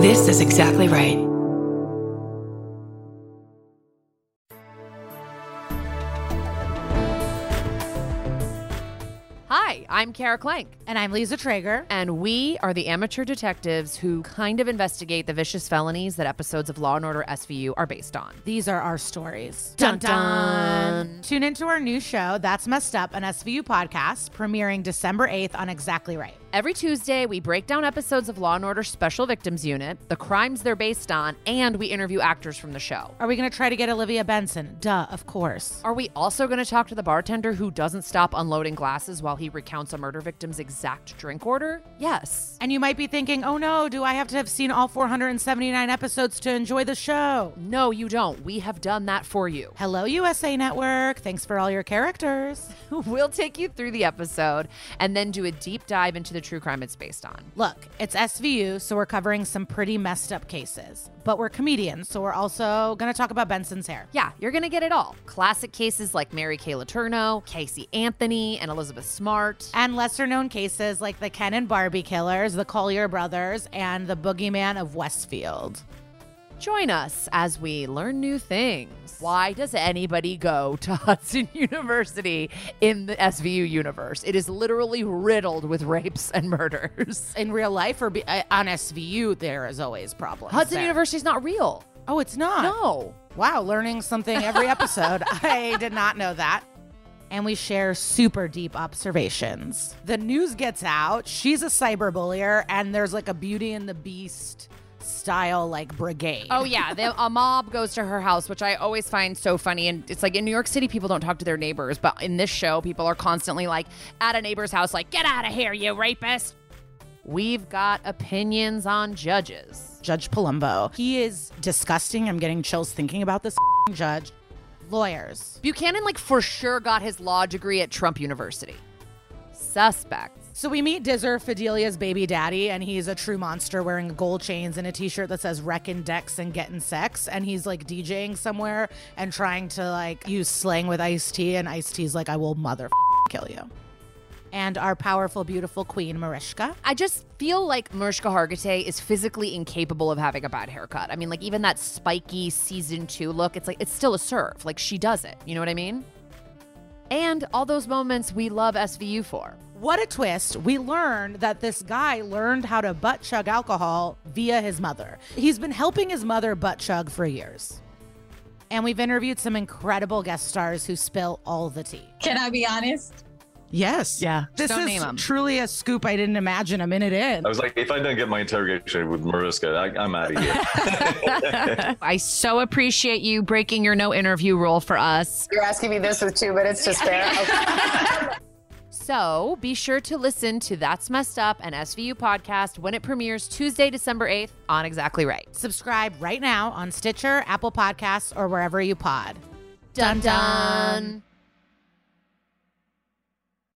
This is exactly right. Hi, I'm Kara Clank, And I'm Lisa Traeger. and we are the amateur detectives who kind of investigate the vicious felonies that episodes of Law and Order SVU are based on. These are our stories. Dun, dun. Tune into our new show, That's Messed Up, an SVU podcast, premiering December 8th on Exactly Right. Every Tuesday, we break down episodes of Law and Order Special Victims Unit, the crimes they're based on, and we interview actors from the show. Are we going to try to get Olivia Benson? Duh, of course. Are we also going to talk to the bartender who doesn't stop unloading glasses while he recounts a murder victim's exact drink order? Yes. And you might be thinking, oh no, do I have to have seen all 479 episodes to enjoy the show? No, you don't. We have done that for you. Hello, USA Network. Thanks for all your characters. We'll take you through the episode and then do a deep dive into the true crime it's based on. Look, it's SVU, so we're covering some pretty messed up cases. But we're comedians, so we're also going to talk about Benson's hair. Yeah, you're going to get it all. Classic cases like Mary Kay Letourneau, Casey Anthony, and Elizabeth Smart. and lesser known cases like the Ken and Barbie killers, the Collier brothers, and the boogeyman of Westfield. Join us as we learn new things. Why does anybody go to Hudson University in the SVU universe? It is literally riddled with rapes and murders. In real life or be, uh, on SVU, there is always problems. Hudson there. University's not real. Oh, it's not. No. Wow, learning something every episode. I did not know that. And we share super deep observations. The news gets out. She's a cyberbullier, and there's like a Beauty and the Beast style like brigade. Oh yeah, the, a mob goes to her house, which I always find so funny. And it's like in New York City, people don't talk to their neighbors, but in this show, people are constantly like at a neighbor's house, like "Get out of here, you rapist!" We've got opinions on judges. Judge Palumbo. He is disgusting. I'm getting chills thinking about this judge. Lawyers. Buchanan, like for sure, got his law degree at Trump University. Suspects. So we meet Dizzer, Fidelia's baby daddy, and he's a true monster wearing gold chains and a t-shirt that says Wreckin' Dex and Gettin' Sex. And he's like DJing somewhere and trying to like use slang with Ice T, and Ice T's like, I will mother kill you. And our powerful, beautiful queen, Marishka. I just feel like Mariska Hargitay is physically incapable of having a bad haircut. I mean, like even that spiky season two look, it's like it's still a serve. Like she does it. You know what I mean? And all those moments we love SVU for. What a twist. We learn that this guy learned how to butt chug alcohol via his mother. He's been helping his mother butt chug for years. And we've interviewed some incredible guest stars who spill all the tea. Can I be honest? Yes. Yeah. This Don't is name 'em. truly a scoop I didn't imagine a minute in. I was like, if I don't get my interrogation with Mariska, I, I'm out of here. I so appreciate you breaking your no interview rule for us. You're asking me this with two minutes to spare. So be sure to listen to That's Messed Up and SVU podcast when it premieres Tuesday, December 8th on Exactly Right. Subscribe right now on Stitcher, Apple Podcasts, or wherever you pod. Dun dun.